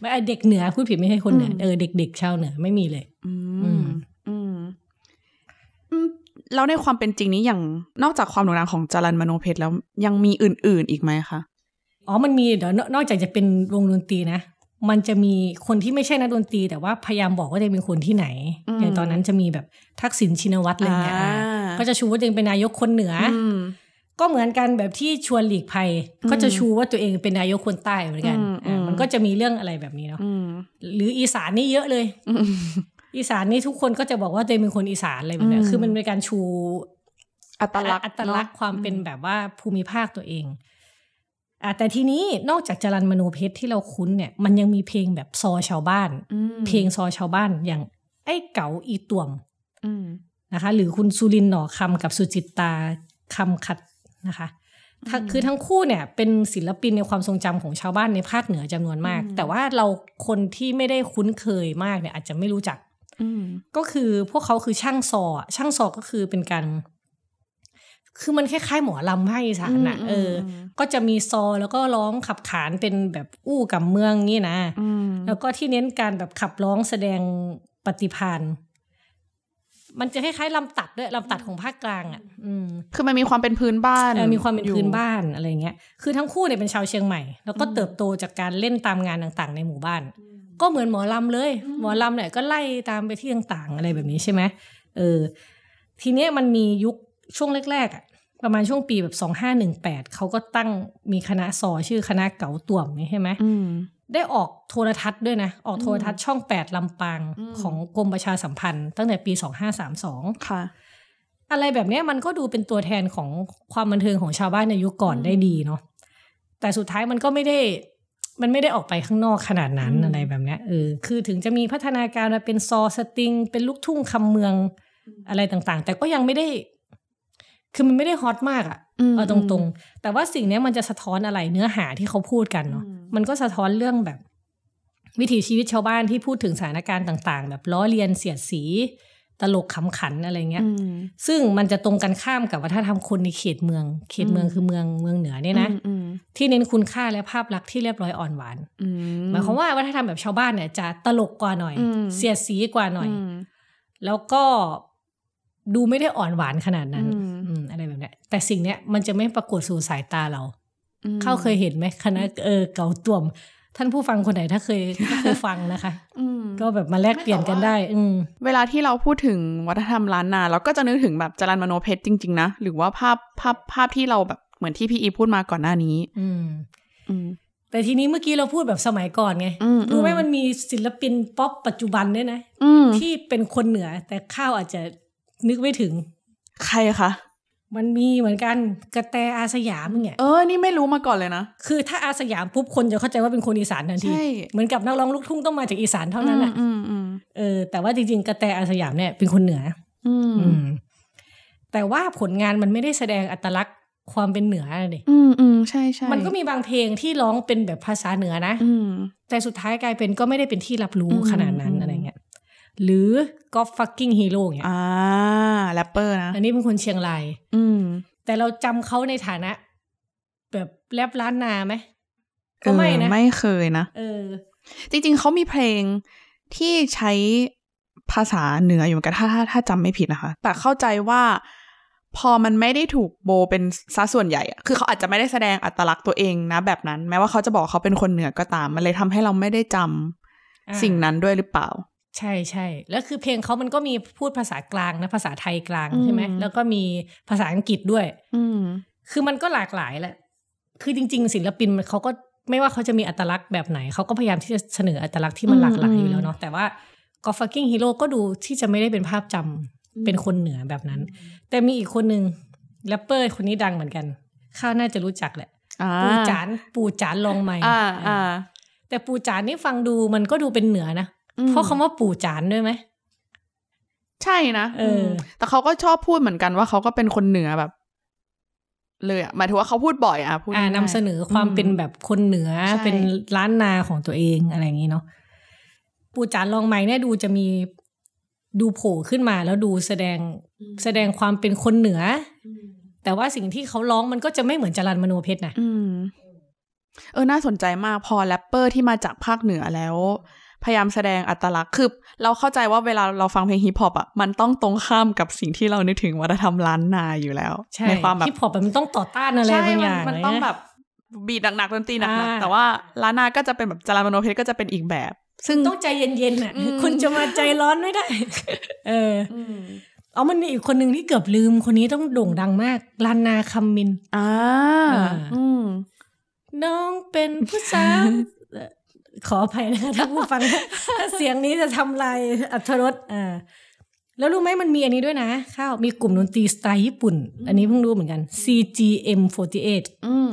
Speaker 3: ไม่เด็กเหนือพูดผิดไม่ใช่คนเหนือเออเด็กๆชาวเหนือไม่มีเลย
Speaker 4: อื
Speaker 3: อื
Speaker 4: ม
Speaker 3: ม
Speaker 4: อืมอืมแล้วในความเป็นจริงนี้อย่างนอกจากความโด่งดังของจารันมโนเพชรแล้วยังมีอื่น ๆอีกไหมคะ
Speaker 3: อ๋อ มันมีเดี๋ยวนอกจากจะเป็นวงดนตรีนะ มันจะมีคนที่ไม่ใช่นักดนตรี แต่ว่าพยายามบอกว่าจะเป็นคนที่ไหน อย่างตอนนั้นจะมีแบบทักษิณชินวัตรอะไรเงี้ยอ่าก็จะชูว่าตัวเองเป็นนายกคนเหนืออ
Speaker 4: อืม
Speaker 3: ก็เหมือนกันแบบที่ชวนหลีกภัย
Speaker 4: อืม
Speaker 3: ก็จะชูว่าตัวเองเป็นนายกคนใต้เหมือนกัน
Speaker 4: อืม
Speaker 3: อ่า
Speaker 4: อืม
Speaker 3: มันก็จะมีเรื่องอะไรแบบนี้เนาะ
Speaker 4: อืม
Speaker 3: หรืออีสานนี่เยอะเลย
Speaker 4: อืม
Speaker 3: อีสานนี่ทุกคนก็จะบอกว่าตัวเองเป็นคนอีสานอะไรแบบเนี้ย
Speaker 4: อืม
Speaker 3: คือมันเป็นการชู
Speaker 4: อัตลักษณ์
Speaker 3: อัตลักษณ์
Speaker 4: เนอะ
Speaker 3: ความเป็นแบบว่าภูมิภาคตัวเองอ่ะแต่ทีนี้นอกจากจรันมโนเพชรที่เราคุ้นเนี่ย มันยังมีเพลงแบบซอชาวบ้าน
Speaker 4: อืม
Speaker 3: เพลงซอชาวบ้านอย่างไอ้เก๋าอีต่วม
Speaker 4: อืม
Speaker 3: นะคะ หรือคุณสุรินทร์หน่อคำกับสุจิตตาคำขัดนะคะทั้ง
Speaker 4: อืม
Speaker 3: คือทั้งคู่เนี่ย เป็นศิลปินในความทรงจำของชาวบ้านในภาคเหนือจำนวนมาก
Speaker 4: อืม
Speaker 3: แต่ว่าเราคนที่ไม่ได้คุ้นเคยมากเนี่ย อาจจะไม่รู้จัก
Speaker 4: อืม
Speaker 3: ก็คือพวกเขาคือช่างซออะช่างซอก็คือเป็นการ คือมันคล้ายๆหมอลำภาคอีสานน่ะ
Speaker 4: อืม
Speaker 3: เอออ
Speaker 4: ม
Speaker 3: ก็จะมีซอแล้วก็ร้องขับขานเป็นแบบอู้กับเมืองนี่นะ
Speaker 4: อืม
Speaker 3: แล้วก็ที่เน้นการแบบขับร้องแสดงปฏิพานมันจะคล้ายๆลำตัดด้วยลำตัดของภาคกลางอ่ะ อืม
Speaker 4: คือมันมีความเป็นพื้นบ้าน
Speaker 3: เออมีความเป็น
Speaker 4: อยู่
Speaker 3: พื้นบ้านอะไรเงี้ย คือทั้งคู่เนี่ยเป็นชาวเชียงใหม่ แล้วก็
Speaker 4: อืม
Speaker 3: เติบโตจากการเล่นตามงานต่างๆ ในหมู่บ้าน ก็เหมือนหมอลำเลย
Speaker 4: อืม
Speaker 3: หมอลำเนี่ยก็ไล่ตามไปที่ต่างๆ อะไรแบบนี้ใช่ไหมเออ ทีเนี้ยมันมียุคช่วงแรกๆอะประมาณช่วงปีแบบสองห้าหนึ่งแปดเขาก็ตั้งมีคณะซอชื่อคณะเก๋าต่วมนี่ใช่ไหม
Speaker 4: อืม
Speaker 3: ได้ออกโทรทัศน์ด้วยนะ ออกโทรทัศน์ช่องแปดลำปาง
Speaker 4: อืม
Speaker 3: ของกรมประชาสัมพันธ์ ตั้งแต่ปีสองห้าสามสอง
Speaker 4: ค่ะ
Speaker 3: อะไรแบบเนี้ยมันก็ดูเป็นตัวแทนของความบันเทิงของชาวบ้านในยุคก่อน
Speaker 4: อืม
Speaker 3: ได้ดีเนาะแต่สุดท้ายมันก็ไม่ได้ มันไม่ได้ออกไปข้างนอกขนาดนั้น
Speaker 4: อืม
Speaker 3: อะไรแบบเนี้ยเออคือถึงจะมีพัฒนาการมาเป็นซอสตริง เป็นลูกทุ่งคำเมืองอะไรต่างๆ แต่ก็ยังไม่ได้ คือมันไม่ได้ฮอตมากอะ
Speaker 4: ม
Speaker 3: เอาตรงๆ แต่ว่าสิ่งเนี้ยมันจะสะท้อนอะไรเนื้อหาที่เขาพูดกันเนาะ
Speaker 4: อืม
Speaker 3: มันก็สะท้อนเรื่องแบบ วิถีชีวิตชาวบ้านที่พูดถึงสถานการณ์ต่าง ๆ แบบล้อเลียนเสียดสี ตลกขำขันอะไรเงี้ย
Speaker 4: อืม
Speaker 3: ซึ่งมันจะตรงกันข้ามกับวัฒนธรรมคนในเขตเมือง เขตเมือง
Speaker 4: อืม
Speaker 3: คือเมืองเมืองเหนือเนี่ยนะ
Speaker 4: อืม
Speaker 3: ที่เน้นคุณค่าและภาพลักษณ์ที่เรียบร้อยอ่อนหวาน
Speaker 4: อื
Speaker 3: หมายความว่าวัฒนธรรมแบบชาวบ้านเนี่ยจะตลกกว่าหน่อย
Speaker 4: อืม
Speaker 3: เสียดสีกว่าหน่อย
Speaker 4: ม
Speaker 3: แล้วก็ดูไม่ได้อ่อนหวานขนาดนั้น
Speaker 4: อืม
Speaker 3: อืมอะไรแบบเนี้ยแต่สิ่งเนี้ยมันจะไม่ปรากฏสู่สายตาเรา
Speaker 4: อืม
Speaker 3: เข้าเคยเห็นไหมคณะเออเก่าต่วม ท่านผู้ฟังคนไหนถ้าเคยถ้าเคยฟังนะคะ
Speaker 4: อืม
Speaker 3: ก็แบบมาแลกเปลี่ยนกันได้ อืม
Speaker 4: เวลาที่เราพูดถึงวัฒนธรรมล้านนาเราก็จะนึกถึงแบบจรันมโนเพชรจริง ๆ นะ หรือว่าภาพภาพภาพที่เราแบบเหมือนที่พี่อีพูดมาก่อนหน้านี้
Speaker 3: อืม
Speaker 4: อืม
Speaker 3: แต่ทีนี้เมื่อกี้เราพูดแบบสมัยก่อนไง
Speaker 4: อืม
Speaker 3: รู้ไหม
Speaker 4: อืม
Speaker 3: มันมีศิลปินป๊อปปัจจุบันด้วยนะ
Speaker 4: อืม
Speaker 3: ที่เป็นคนเหนือแต่ข้าวอาจจะนึกไม่ถึง
Speaker 4: ใครคะ
Speaker 3: มันมีเหมือนกันกระแตอาสยามเนี่ย
Speaker 4: เออ นี่ไม่รู้มาก่อนเลยนะ
Speaker 3: คือถ้าอาสยามปุ๊บคนจะเข้าใจว่าเป็นคนอีสานทันที
Speaker 4: ใช่
Speaker 3: เหมือนกับนักร้องลูกทุ่งต้องมาจากอีสานเท่านั้น
Speaker 4: อ่ะ
Speaker 3: อ่ะ
Speaker 4: อืมอืม
Speaker 3: เออแต่ว่าจริงๆกระแตอาสยามเนี่ยเป็นคนเหนือ
Speaker 4: อื
Speaker 3: อ
Speaker 4: ม
Speaker 3: อืม แต่ว่าผลงานมันไม่ได้แสดงอัตลักษณ์ความเป็นเหนือเลย
Speaker 4: อืมอืมใช่ใช่
Speaker 3: มันก็มีบางเพลงที่ร้องเป็นแบบภาษาเหนือนะ
Speaker 4: อืม
Speaker 3: แต่สุดท้ายกลายเป็นก็ไม่ได้เป็นที่รับรู้
Speaker 4: อืม
Speaker 3: ขนาดนั้น
Speaker 4: อืม
Speaker 3: อะไรเงี้ยหรือก็ฟักกิ้งฮีโร่เงี้ย
Speaker 4: อ่าแรปเปอร์นะ
Speaker 3: อันนี้เป็นคนเชียงราย
Speaker 4: อืม
Speaker 3: แต่เราจำเขาในฐานะ แบบแรปล้านนาไหม
Speaker 4: เอ
Speaker 3: ก็
Speaker 4: อ
Speaker 3: ไม่นะ
Speaker 4: ไม่เคยนะ
Speaker 3: เออ
Speaker 4: จริงๆ เขามีเพลงที่ใช้ภาษาเหนืออยู่เหมือนกันถ้าถ้าถ้าจำไม่ผิดนะคะ แต่เข้าใจว่าพอมันไม่ได้ถูกโบเป็นซะส่วนใหญ่อะคือเขาอาจจะไม่ได้แสดงอัตลักษณ์ตัวเองนะแบบนั้น แม้ว่าเขาจะบอกเขาเป็นคนเหนือก็ตาม มันเลยทำให้เราไม่ได้จำ
Speaker 3: อ่า
Speaker 4: สิ่งนั้นด้วยหรือเปล่า
Speaker 3: ใช่ใช่แล้วคือเพลงเขามันก็มีพูดภาษากลางนะภาษาไทยกลางใช่ไหม
Speaker 4: อืม
Speaker 3: แล้วก็มีภาษาอังกฤษด้วย
Speaker 4: อืม
Speaker 3: คือมันก็หลากหลายแหละ คือจริง ๆ ศิลปินมันเขาก็ไม่ว่าเขาจะมีอัตลักษณ์แบบไหน เขาก็พยายามที่จะเสนออัตลักษณ์ที่มันหลากหลายอยู่แล้วเนาะแต่ว่า God Fucking Hero ก็ดูที่จะไม่ได้เป็นภาพจำเป็นคนเหนือแบบนั้น แต่มีอีกคนหนึ่งแรปเปอร์คนนี้ดังเหมือนกัน ข้าวน่าจะรู้จักแหละ
Speaker 4: อ่า
Speaker 3: ปูจานปูจานลองไหม
Speaker 4: อ่าอ่า
Speaker 3: แต่ปูจานนี่ฟังดูมันก็ดูเป็นเหนือนะ
Speaker 4: อืม
Speaker 3: เพราะคำว่าปูจานด้วยไหม
Speaker 4: ใช่นะ
Speaker 3: เอออื
Speaker 4: มแต่เขาก็ชอบพูดเหมือนกันว่าเขาก็เป็นคนเหนือแบบ เลยอะหมายถึงว่าเขาพูดบ่อยอะพูด
Speaker 3: อ่า
Speaker 4: ง่ยๆ
Speaker 3: นำเสนอความเป็นแบบคนเหนือ
Speaker 4: ใช่
Speaker 3: เป็นล้านนาของตัวเองอะไรอย่างนี้เนาะปูจานลองไหมเนี่ยดูจะมีดูโผล่ขึ้นมาแล้วดูแสดงแสดงความเป็นคนเหนืออแต่ว่าสิ่งที่เขาร้องมันก็จะไม่เหมือนจรันมโนเพชรนะ
Speaker 4: อืม เออ น่าสนใจมากพอแรปเปอร์ที่มาจากภาคเหนือแล้ว พยายามแสดงอัตลักษณ์คือเราเข้าใจว่าเวลาเราฟังเพลงฮิปฮอปอ่ะ มันต้องตรงข้ามกับสิ่งที่เรานึกถึงวัฒนธรรมล้านนาอยู่แล้ว
Speaker 3: ใช่
Speaker 4: ความแบบ
Speaker 3: ฮิปฮอปมันต้องต่อต้านอะไร
Speaker 4: ใช่
Speaker 3: บาง
Speaker 4: มั
Speaker 3: อย่าง
Speaker 4: มัน
Speaker 3: นะ
Speaker 4: ต้องแบบบีดหนักๆดนตรีหนัก
Speaker 3: อ่า
Speaker 4: ๆแต่ว่าล้านนาก็จะเป็นแบบจารามโนเพชรก็จะเป็นอีกแบบ ซึ่ง
Speaker 3: ต้องใจเย็นๆน่ะ
Speaker 4: อืม
Speaker 3: คุณจะมาใจร้อนไม่ได้ (laughs) เออ
Speaker 4: อืม
Speaker 3: เอามันมีอีกคนหนึ่งที่เกือบลืมคนนี้ต้องโด่งดังมากลานนาคัมมิน
Speaker 4: อ่า
Speaker 3: อ่า
Speaker 4: อืม
Speaker 3: น้องเป็นผู้สาว (laughs) เอ่อขออภัยนะคะถ้าผู้ฟัง ถ้าเสียงนี้จะทำลายอัธรสอ่าแล้วรู้ไหมมันมีอันนี้ด้วยนะ ข้าวมีกลุ่มดนตรีสไตล์ญี่ปุ่น อันนี้เพิ่งรู้เหมือนกัน CGM48
Speaker 4: อืม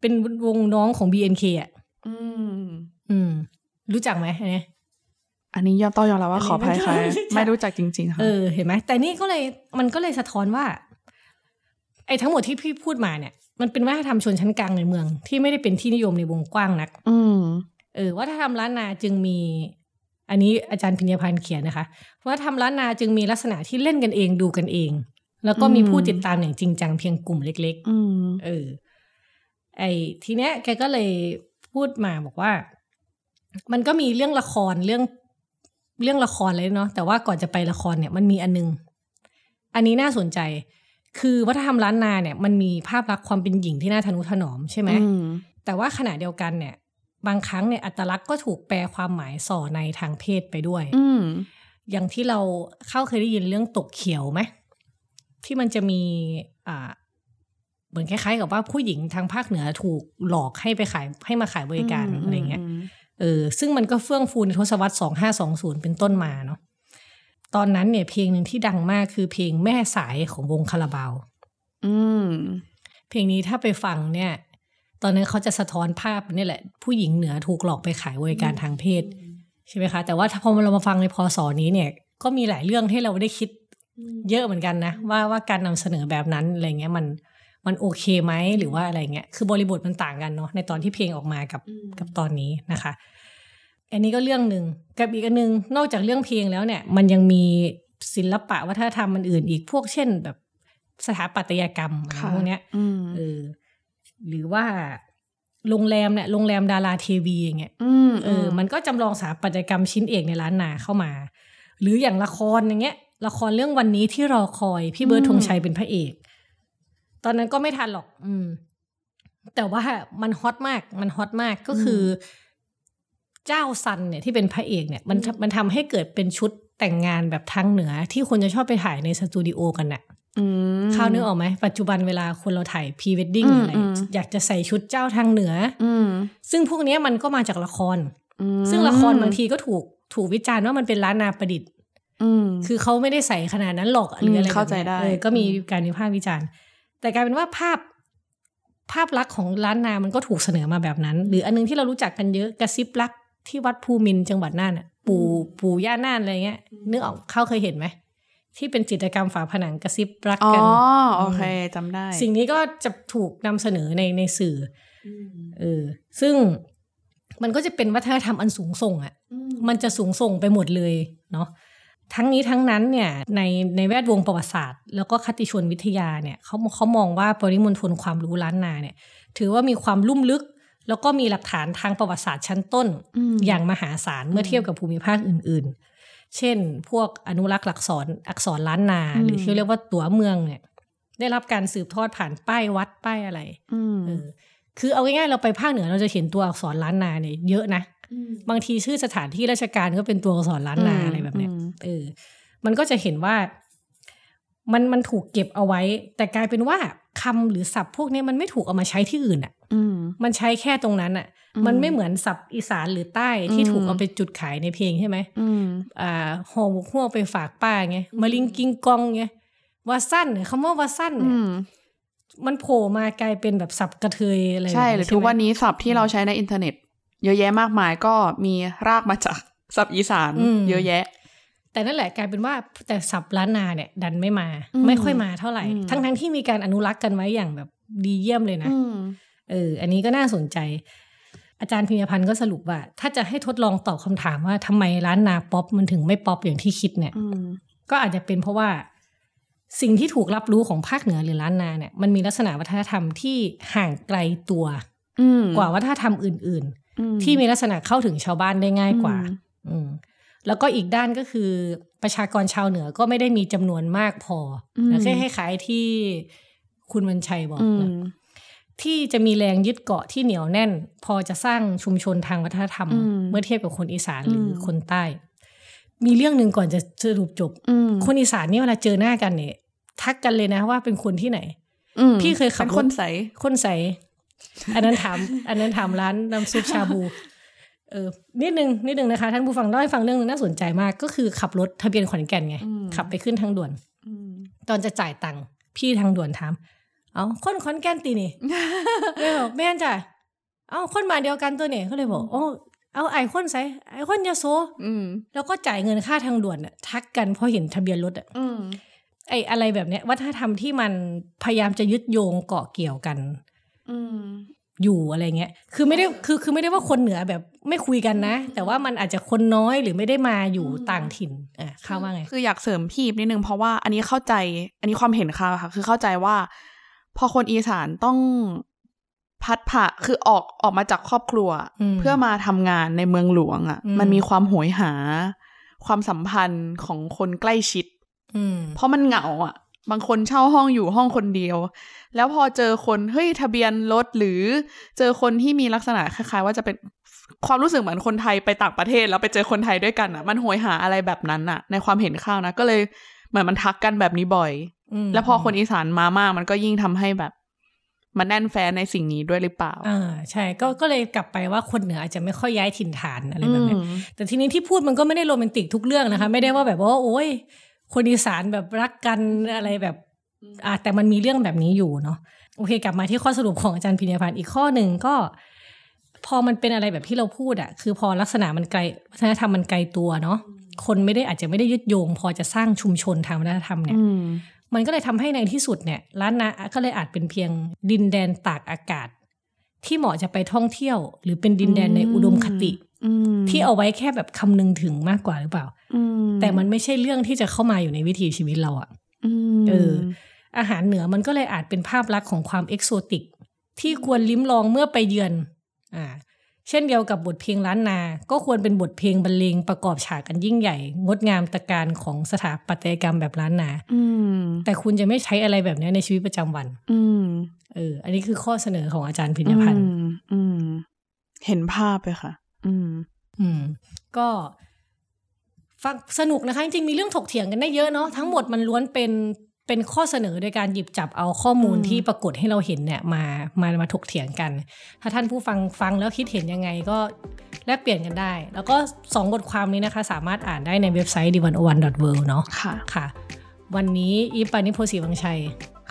Speaker 3: เป็นวงน้องของ BNK อ่ะ
Speaker 4: อืม
Speaker 3: อืม รู้จักไหมอันเนี้ย
Speaker 4: อันนี้ยอมต้องยอมรับว่าขออภัยค่ะ
Speaker 3: อันนี้ (laughs) ไม่
Speaker 4: ไม่รู้จักจริงๆค่ะ
Speaker 3: เออเห็นไหมแต่นี่ก็เลยมันก็เลยสะท้อนว่า ไอ้ทั้งหมดที่พี่พูดมาเนี่ย มันเป็นวัฒนธรรมชนชั้นกลางในเมือง ที่ไม่ได้เป็นที่นิยมในวงกว้างนัก
Speaker 4: อืม
Speaker 3: เออวัฒนธรรมล้านนาจึงมี อันนี้อาจารย์พิญญาพันธ์เขียนนะคะวัฒนธรรมล้านนาจึงมีลักษณะที่เล่นกันเองดูกันเอง แล้วก็มี
Speaker 4: อืม
Speaker 3: ผู้ติดตามอย่างจริงจังเพียงกลุ่มเล็ก
Speaker 4: อืม
Speaker 3: ๆ เออ ไอทีเนี้ยแกก็เลยพูดมาบอกว่า มันก็มีเรื่องละครเรื่องเรื่องละครเลยเนาะแต่ว่าก่อนจะไปละครเนี่ย มันมีอันนึง อันนี้น่าสนใจ คือวัฒนธรรมล้านนาเนี่ย มันมีภาพลักษณ์ความเป็นหญิงที่น่าทะนุถนอมใช่ไหม
Speaker 4: อืม
Speaker 3: แต่ว่าขณะเดียวกันเนี่ย บางครั้งเนี่ยอัตลักษณ์ก็ถูกแปลความหมายส่อในทางเพศไปด้วย
Speaker 4: อืม
Speaker 3: อย่างที่เราเข้าเคยได้ยินเรื่องตกเขียวไหมที่มันจะมีอ่าเหมือนคล้ายๆ กับว่าผู้หญิงทางภาคเหนือถูกหลอกให้ไปขายให้มาขายบริการอะไรเงี้ย เออซึ่งมันก็เฟื่องฟูในทศวรรษ 2520 เป็นต้นมาเนาะตอนนั้นเนี่ยเพลงหนึ่งที่ดังมากคือเพลงแม่สายของวงคาราบาว
Speaker 4: อืม
Speaker 3: เพลงนี้ถ้าไปฟังเนี่ย ตอนนั้นเขาจะสะท้อนภาพนี่แหละ ผู้หญิงเหนือถูกหลอกไปขายบริการทางเพศ ใช่ไหมคะ แต่ว่าถ้าพอเรามาฟังในพศนี้เนี่ย ก็มีหลายเรื่องให้เราได้คิดเยอะเหมือนกันนะ ว่าว่าการนำเสนอแบบนั้นอะไรเงี้ยมันมันโอเคไหมหรือว่าอะไรเงี้ยคือบริบทมันต่างกันเนาะในตอนที่เพลงออกมากับกับตอนนี้นะคะ อันนี้ก็เรื่องหนึ่งกับอีกอันหนึงนอกจากเรื่องเพลงแล้วเนี่ย มันยังมีศิลปะวัฒนธรรมมันอื่นอีกพวกเช่น แบบสถาปัตยกรรมอะไร
Speaker 4: ค่ะ
Speaker 3: พวกเนี้ย
Speaker 4: อืม
Speaker 3: เออหรือว่าโรงแรมเนี่ยโรงแรมดาราเทวีอย่างเงี้ย
Speaker 4: อืม
Speaker 3: เออมันก็จำลองสถาปัตยกรรมชิ้นเอกในร้านนาเข้ามา หรืออย่างละครอย่างเงี้ย ละครเรื่องวันนี้ที่รอคอย พี่เบิร์ดธงชัยเป็นพระเอก ตอนนั้นก็ไม่ทันหรอก อืม แต่ว่ามันฮอตมาก มันฮอตมากก็คืออเจ้าซันเนี่ยที่เป็นพระเอกเนี่ย มันทำมันทำให้เกิดเป็นชุดแต่งงานแบบทางเหนือ ที่คนจะชอบไปถ่ายในสตูดิโอกันน่ะ
Speaker 4: อืม
Speaker 3: ข้าวนึกออกไหมปัจจุบันเวลาคนเราถ่ายพรีเวดดิ้ง
Speaker 4: อืม
Speaker 3: อะไร
Speaker 4: อืม
Speaker 3: อยากจะใส่ชุดเจ้าทางเหนืออ
Speaker 4: อืม
Speaker 3: ซึ่งพวกเนี้ยมันก็มาจากละคร
Speaker 4: อืม
Speaker 3: ซึ่งละครบางทีก็ถูกถูกวิจารณ์ว่ามันเป็นล้านนาประดิษฐ์
Speaker 4: อืม
Speaker 3: คือเขาไม่ได้ใส่ขนาดนั้นหรอกหรืออะไร
Speaker 4: อืมเข้าใจได้
Speaker 3: แบบนี้ยเออก็มีการวิพากษ์วิจารณ์ แต่กลายเป็นว่าภาพภาพลักษณ์ของล้านนามันก็ถูกเสนอมาแบบนั้น หรืออันนึงที่เรารู้จักกันเยอะกระซิบรักที่วัดภูมินทร์จังหวัดน่านน่ะ ปู่ปู่ย่าน่านอะไรเงี้ยนึกออกเข้าเคยเห็นไหมที่เป็นจิตรกรรมฝาผนังกระซิบรัก
Speaker 4: อ๋อ
Speaker 3: กัน
Speaker 4: โอเคจำได้
Speaker 3: สิ่งนี้ก็จะถูกนำเสนอในในสื่อ
Speaker 4: อืม
Speaker 3: เออซึ่งมันก็จะเป็นวัฒนธรรมอันสูงส่งอะ
Speaker 4: อืม
Speaker 3: มันจะสูงส่งไปหมดเลยเนาะทั้งนี้ทั้งนั้นเนี่ยในในแวดวงประวัติศาสตร์ แล้วก็คติชนวิทยาเนี่ยเขาเขามองว่าปริมณฑลความรู้ล้านนาเนี่ย ถือว่ามีความลุ่มลึก แล้วก็มีหลักฐานทางประวัติศาสตร์ชั้นต้น
Speaker 4: อืม
Speaker 3: อย่างมหาศาลเมื่อเทียบกับภูมิภาคอื่น ๆ เช่น พวกอนุรักษ์หลักษรอักษรล้านนา หรือที่เรียกว่าตัวเมืองเนี่ย ได้รับการสืบทอดผ่านป้ายวัดป้ายอะไร
Speaker 4: อืม
Speaker 3: เออคือเอาง่ายๆเราไปภาคเหนือเราจะเห็นตัวอักษรล้านนาเนี่ยเยอะนะ บางทีชื่อสถานที่ราชการก็เป็นตัวอักษรล้านนาอะไรแบบเนี้ย
Speaker 4: ม
Speaker 3: เออ มันก็จะเห็นว่า มันมันถูกเก็บเอาไว้ แต่กลายเป็นว่าคำหรือศัพท์พวกเนี้ยมันไม่ถูกเอามาใช้ที่อื่นอ่ะ
Speaker 4: อืม
Speaker 3: มันใช้แค่ตรงนั้นอ่ะ
Speaker 4: อืม
Speaker 3: มันไม่เหมือนศัพท์อีสานหรือใต้ที่
Speaker 4: อืม
Speaker 3: ถูกเอาไปจุดขายในเพลงใช่ไหม
Speaker 4: อืม
Speaker 3: อ่าห่อหมกหัวไปฝากป้าไงมาลิงกิงกองไงวาสั้นเนี่ยคำว่าวาสั้นเนี่ย
Speaker 4: อืม
Speaker 3: มันโผล่มากลายเป็นแบบศัพท์กระเทยอะไรแบบ
Speaker 4: ใช่
Speaker 3: นี้
Speaker 4: หรือ
Speaker 3: ใช่
Speaker 4: ทุก
Speaker 3: ไม
Speaker 4: วันนี้ศัพท์ที่เราใช้ในอินเทอร์เน็ต เยอะแยะมากมายก็มีรากมาจากศัพท์อีสาน
Speaker 3: อืม
Speaker 4: เยอะแยะ
Speaker 3: แต่นั่นแหละกลายเป็นว่าแต่สับล้านนาเนี่ย ดันไม่มา
Speaker 4: อืม
Speaker 3: ไม่ค่อยมาเท่าไหร่
Speaker 4: อืม
Speaker 3: ทั้งทั้งๆที่มีการอนุรักษ์กันไว้อย่างแบบดีเยี่ยมเลยนะ
Speaker 4: อืม
Speaker 3: เอออันนี้ก็น่าสนใจ อาจารย์พิมยพันธ์ก็สรุปว่า ถ้าจะให้ทดลองตอบคำถามว่าทำไมร้านนาป๊อปมันถึงไม่ป๊อปอย่างที่คิดเนี่ย
Speaker 4: อืม
Speaker 3: ก็อาจจะเป็นเพราะว่า สิ่งที่ถูกรับรู้ของภาคเหนือหรือล้านนาเนี่ย มันมีลักษณะวัฒนธรรมที่ห่างไกลตัว
Speaker 4: อืม
Speaker 3: กว่าวัฒนธรรมอื่น
Speaker 4: อื
Speaker 3: ๆ ที่มีลักษณะเข้าถึงชาวบ้านได้ง่ายกว่า อืมแล้วก็อีกด้านก็คือประชากรชาวเหนือก็ไม่ได้มีจำนวนมากพอ
Speaker 4: อืม
Speaker 3: นะแค่ให้ขายที่คุณวันชัยบอก
Speaker 4: อืม
Speaker 3: นะที่จะมีแรงยึดเกาะที่เหนียวแน่น พอจะสร้างชุมชนทางวัฒนธรรม
Speaker 4: อืม
Speaker 3: เมื่อเทียบกับคนอีสานหรืออ
Speaker 4: ม
Speaker 3: คนใต้ มีเรื่องหนึ่งก่อนจะสรุปจบ
Speaker 4: อืม
Speaker 3: คนอีสานเนี่ยเวลาเจอหน้ากันเนี่ย ทักกันเลยนะว่าเป็นคนที่ไหน
Speaker 4: อืม
Speaker 3: พี่เคยขับรถ
Speaker 4: เป็นคนใส
Speaker 3: คนใส อันนั้นถาม (laughs) อันนั้นถามร้านน้ำซุปชาบู เออนิดนึงนิดนึงนะคะ ท่านผู้ฟังเล่าให้ฟังเรื่องนึงน่าสนใจมาก ก็คือขับรถทะเบียนขอนแก่นไง
Speaker 4: อืม
Speaker 3: ขับไปขึ้นทางด่วน
Speaker 4: อืม
Speaker 3: ตอนจะจ่ายตังค์พี่ทางด่วนถาม เอาคนขอนแก่นตีนี่
Speaker 4: (laughs)
Speaker 3: เลยบอกแม่นจ้ะเอาคนมาเดียวกันตัวเนี่ยก็เลยบอกโอ้เอาไอ้คนใสไอ้คนยะโส
Speaker 4: อืม
Speaker 3: แล้วก็จ่ายเงินค่าทางด่วนน่ะทักกันเพราะเห็นทะเบียนรถอะ
Speaker 4: อืม
Speaker 3: ไออะไรแบบเนี้ยวัฒนธรรมที่มันพยายามจะยึดโยงเกาะเกี่ยวกัน
Speaker 4: อืม
Speaker 3: อยู่อะไรเงี้ย คือไม่ได้ คือ คือไม่ได้ว่าคนเหนือแบบไม่คุยกันนะ แต่ว่ามันอาจจะคนน้อยหรือไม่ได้มาอยู่ต่างถิ่นอ่ะข้าวว่าไง
Speaker 4: คืออยากเสริมพีบนิดนึงเพราะว่าอันนี้เข้าใจ อันนี้ความเห็นค่ะค่ะ คือเข้าใจว่า พอคนอีสานต้องพัดผ่าคือออกออกมาจากครอบครัว
Speaker 3: อืม
Speaker 4: เพื่อมาทำงานในเมืองหลวงอะ่ะ
Speaker 3: อืม
Speaker 4: มันมีความโหยหา ความสัมพันธ์ของคนใกล้ชิด
Speaker 3: อืม
Speaker 4: เพราะมันเหงาอะ่ะ บางคนเช่าห้องอยู่ห้องคนเดียว แล้วพอเจอคนเฮ้ยทะเบียนรถหรือเจอคนที่มีลักษณะคล้าย ๆ ว่าจะเป็นความรู้สึกเหมือนคนไทยไปต่างประเทศแล้วไปเจอคนไทยด้วยกันอะ่ะ มันโหยหาอะไรแบบนั้นอะ่ะ ในความเห็นข้าวนะก็เลยเหมือนมันทักกันแบบนี้บ่อย
Speaker 3: ม
Speaker 4: แล้วพอคนอีสานมามากมันก็ยิ่งทำให้แบบ มันแน่นแฟนในสิ่งนี้ด้วยหรือเปล่า
Speaker 3: อ่า ใช่ ก็ ก็เลยกลับไปว่าคนเหนืออาจจะไม่ค่อยย้ายถิ่นฐานอะไร
Speaker 4: อื
Speaker 3: แบบ
Speaker 4: ม
Speaker 3: เนี้ยแต่ทีนี้ที่พูดมันก็ไม่ได้โรแมนติกทุกเรื่องนะคะ ไม่ได้ว่าแบบว่าโอ้ย คนอีสานแบบรักกันอะไรแบบ อ่าแต่มันมีเรื่องแบบนี้อยู่เนาะโอเค กลับมาที่ข้อสรุปของอาจารย์พิญญาพันธ์อีกข้อหนึ่งก็ พอมันเป็นอะไรแบบที่เราพูดอะคือพอลักษณะมันไกลวัฒนธรรมมันไกลตัวเนาะคนไม่ได้อาจจะไม่ได้ยึดโยง พอจะสร้างชุมชนทางวัฒนธรรมเนี่ย
Speaker 4: อืม
Speaker 3: มันก็เลยทำให้ในที่สุดเนี่ยร้านนาก็เลยอาจเป็นเพียงดินแดนตากอากาศ ที่เหมาะจะไปท่องเที่ยว หรือเป็นดินแดนในอุดมคติ
Speaker 4: อืม
Speaker 3: ที่เอาไว้แค่แบบคำนึงถึงมากกว่าหรือเปล่า
Speaker 4: อื
Speaker 3: แต่มันไม่ใช่เรื่องที่จะเข้ามาอยู่ในวิถีชีวิตเราอะ
Speaker 4: อืม
Speaker 3: เออ อาหารเหนือมันก็เลยอาจเป็นภาพลักษณ์ของความเอกโซติก ที่ควรลิ้มลองเมื่อไปเยือน อ่า เช่นเดียวกับบทเพลงล้านนา ก็ควรเป็นบทเพลงบรรเลงประกอบฉากกันยิ่งใหญ่ งดงามตระการของสถาปัตยกรรมแบบล้านนา
Speaker 4: อืม
Speaker 3: แต่คุณจะไม่ใช้อะไรแบบเนี้ยในชีวิตประจำวัน
Speaker 4: อืม
Speaker 3: เออ อันนี้คือข้อเสนอของอาจารย์พิญญพันธ์
Speaker 4: อืมอืม เห็นภาพเลยค่ะ อืม
Speaker 3: อืม ก็ฟังสนุกนะคะ จริงๆมีเรื่องถกเถียงกันได้เยอะเนาะทั้งหมดมันล้วนเป็นเป็นข้อเสนอโดยการหยิบจับเอาข้อมูล
Speaker 4: อืม
Speaker 3: ที่ปรากฏให้เราเห็นเนี่ยมามามาถกเถียงกัน ถ้าท่านผู้ฟังฟังแล้วคิดเห็นยังไงก็แลกเปลี่ยนกันได้ แล้วก็สองบทความนี้นะคะ สามารถอ่านได้ในเว็บไซต์ d 1 0 1 w o r l d เนาะ
Speaker 4: ค่ะ
Speaker 3: ค่ะ วันนี้อีฟปานิโพสีวังชัย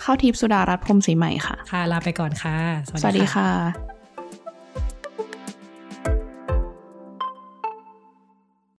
Speaker 4: เข้าทิพย์สุดารัตน์พรหมศรีใหม่ค่ะ
Speaker 3: ค่ะลาไปก่อนค่ะ
Speaker 4: สวัสดีค่ะ